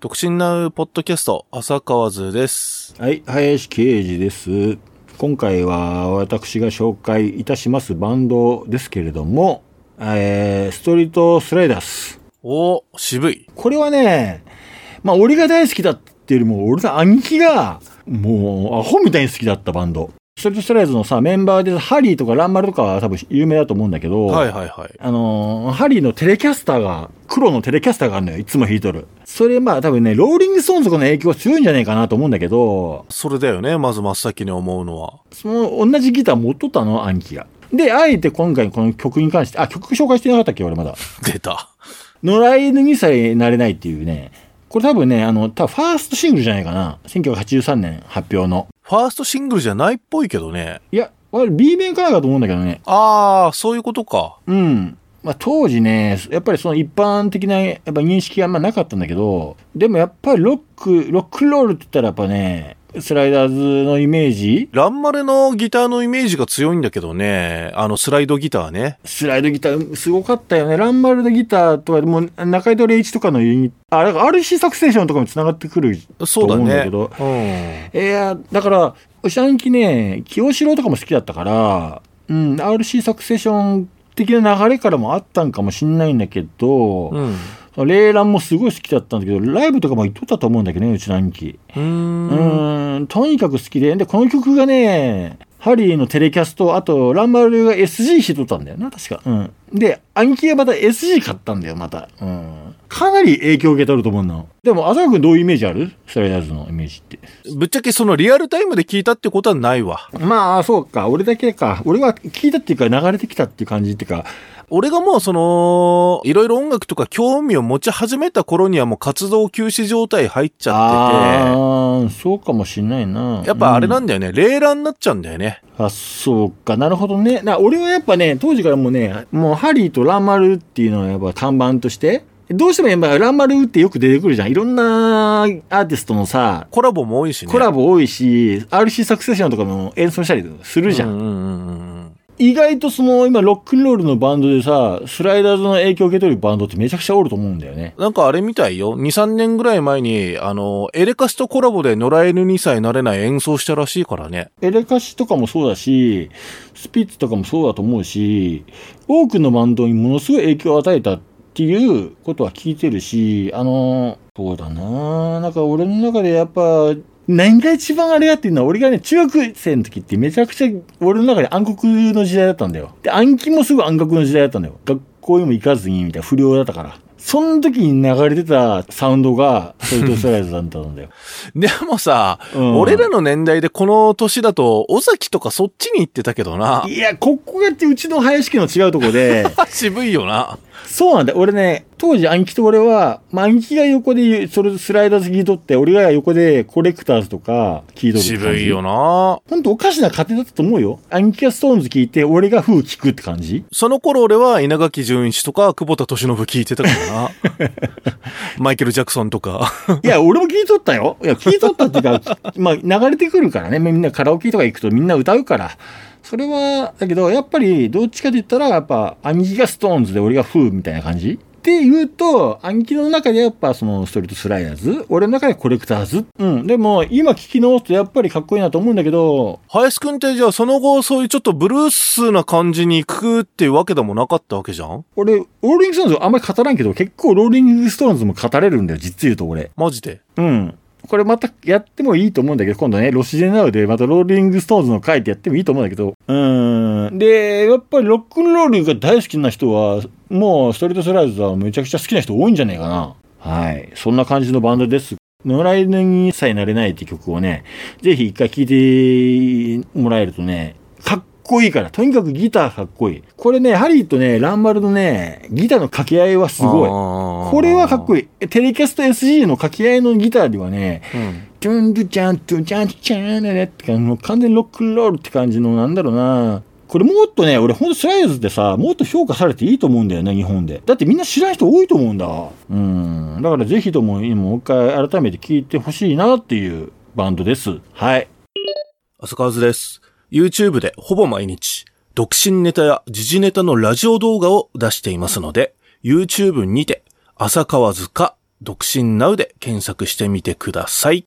独身なうポッドキャスト、浅川図です。はい、林啓二です。今回は私が紹介いたしますバンドですけれども、えー、ストリートスライダース。お渋い。これはね、まあ俺が大好きだっていうよりも、俺の兄貴が、もうアホみたいに好きだったバンド。ストリートスライダーズのさ、メンバーでハリーとかランマルとかは多分有名だと思うんだけど、はいはいはい。あのーハリーのテレキャスターが、黒のテレキャスターがあるのよ。いつも弾いとる。それまあ多分ね、ローリングストーンズとかの影響が強いんじゃないかなと思うんだけど、それだよね、まず真っ先に思うのは。 その同じギター持っとったの、兄貴が。で、あえて今回この曲に関して、あ、曲紹介してなかったっけ、俺まだ。出た。野良犬にさえなれないっていうね。これ多分ね、あの、多分ファーストシングルじゃないかな。1983年発表の。ファーストシングルじゃないっぽいけどね。いや、俺 B 面からだと思うんだけどね。あー、そういうことか。うん。まあ当時ね、やっぱりその一般的なやっぱ認識があんまなかったんだけど、でもやっぱりロック、ロックンロールって言ったらやっぱね、スライダーズのイメージランマレのギターのイメージが強いんだけどね。あの、スライドギターね。スライドギター、すごかったよね。ランバルのギターとか、もう、中井戸礼一とかのユニット、あ、だから RC サクセーションとかも繋がってくる。そうだと思うんだね。けどうん。いや、だから、うしゃんきね、清志郎とかも好きだったから、うん、RC サクセーション的な流れからもあったんかもしんないんだけど、うん。レイランもすごい好きだったんだけど、ライブとかも行っとったと思うんだけどね、うちの兄貴。うー。うんーん、とにかく好きで。で、この曲がね、ハリーのテレキャスト、あと、ランバルが SG してとったんだよな、確か。うん。で、兄貴がまた SG 買ったんだよ、また。うん。かなり影響を受け取ると思うの。でも、浅野くんどういうイメージあるスライダーズのイメージって。ぶっちゃけそのリアルタイムで聞いたってことはないわ。まあ、そうか。俺だけか。俺は聞いたっていうか、流れてきたっていう感じっていうか。俺がもうその、いろいろ音楽とか興味を持ち始めた頃にはもう活動休止状態入っちゃってあー、そうかもしんないな。て、やっぱあれうんなんだよね、霊乱になっちゃうんだよね。あ、そうか。なるほどね。な、俺はやっぱね、当時からもうね、もうハリーとランマルっていうのはやっぱ看板として、どうしてもやっぱランマルってよく出てくるじゃん。いろんなアーティストのさ、コラボも多いしね。コラボ多いし、RC サクセションとかも演奏したりするじゃうん。んうんうんうん。意外とその今ロックンロールのバンドでさ、スライダーズの影響を受け取るバンドってめちゃくちゃおると思うんだよね。なんかあれみたいよ。2、3年ぐらい前に、あの、エレカシとコラボで野良犬にさえなれない演奏したらしいからね。エレカシとかもそうだし、スピッツとかもそうだと思うし、多くのバンドにものすごい影響を与えたっていうことは聞いてるし、あの、そうだななんか俺の中でやっぱ、何が一番あれやっていうのは、俺がね、中学生の時ってめちゃくちゃ俺の中で暗黒の時代だったんだよ。で、暗記もすぐ暗黒の時代だったんだよ。学校にも行かずに、みたいな不良だったから。その時に流れてたサウンドが、ソリッドスライズだったんだよ。でもさ、うん俺らの年代でこの年だと、尾崎とかそっちに行ってたけどな。いや、ここがってうちの林家の違うとこで、渋いよな。そうなんだよ。俺ね、当時兄貴と俺は、まあ、兄貴が横で、それスライダーズ聞いとって、俺が横でコレクターズとか聞いとるって感 じ。渋いよ。な。ほんとおかしな家庭だったと思うよ。兄貴がストーンズ聞いて、俺が風聞くって感じ。その頃俺は稲垣淳一とか久保田敏信聞いてたから な。マイケル・ジャクソンとか。いや、俺も聞いとったよ。いや、聞いとったっていうか、 まあ、流れてくるからね。みんなカラオケとか行くとみんな歌うから。それは、だけど、やっぱり、どっちかと言ったら、やっぱ、兄貴がストーンズで俺がフーみたいな感じって言うと、兄貴の中でやっぱ、その、ストリートスライダーズ、俺の中でコレクターズ。うん。でも、今聞き直すとやっぱりかっこいいなと思うんだけど、林くんってじゃあその後そういうちょっとブルースな感じに行くっていうわけでもなかったわけじゃん俺、ローリングストーンズあんまり語らんけど、結構ローリングストーンズも語れるんだよ、実言うと俺。マジで。うん。これまたやってもいいと思うんだけど、今度ね、ロシジェナウでまたローリングストーンズの回ってやってもいいと思うんだけど。うーん。で、やっぱりロックンロールが大好きな人は、もうストリートスライダーズはめちゃくちゃ好きな人多いんじゃないかな。はい。そんな感じのバンドです。野良犬にさえなれないって曲をね、ぜひ一回聴いてもらえるとね、かっこいいから。とにかくギターかっこいい。これね、ハリーとね、ランバルのね、ギターの掛け合いはすごい。ここれはかっこいい。いい。えテレキャスト SG の掛け合いのギターではね、うんトゥンドゥチャントゥチャンチャンねって感じの完全にロックンロールって感じのなんだろうな。これもっとね、俺ほんとスライズってさ、もっと評価されていいと思うんだよね、日本で。だってみんな知らん人多いと思うんだ。うん。だからぜひとも、今もう一回改めて聞いてほしいなっていうバンドです。はい。浅川図です。YouTube でほぼ毎日、独身ネタや時事ネタのラジオ動画を出していますので、YouTube にて、浅川図か独身ナウで検索してみてください。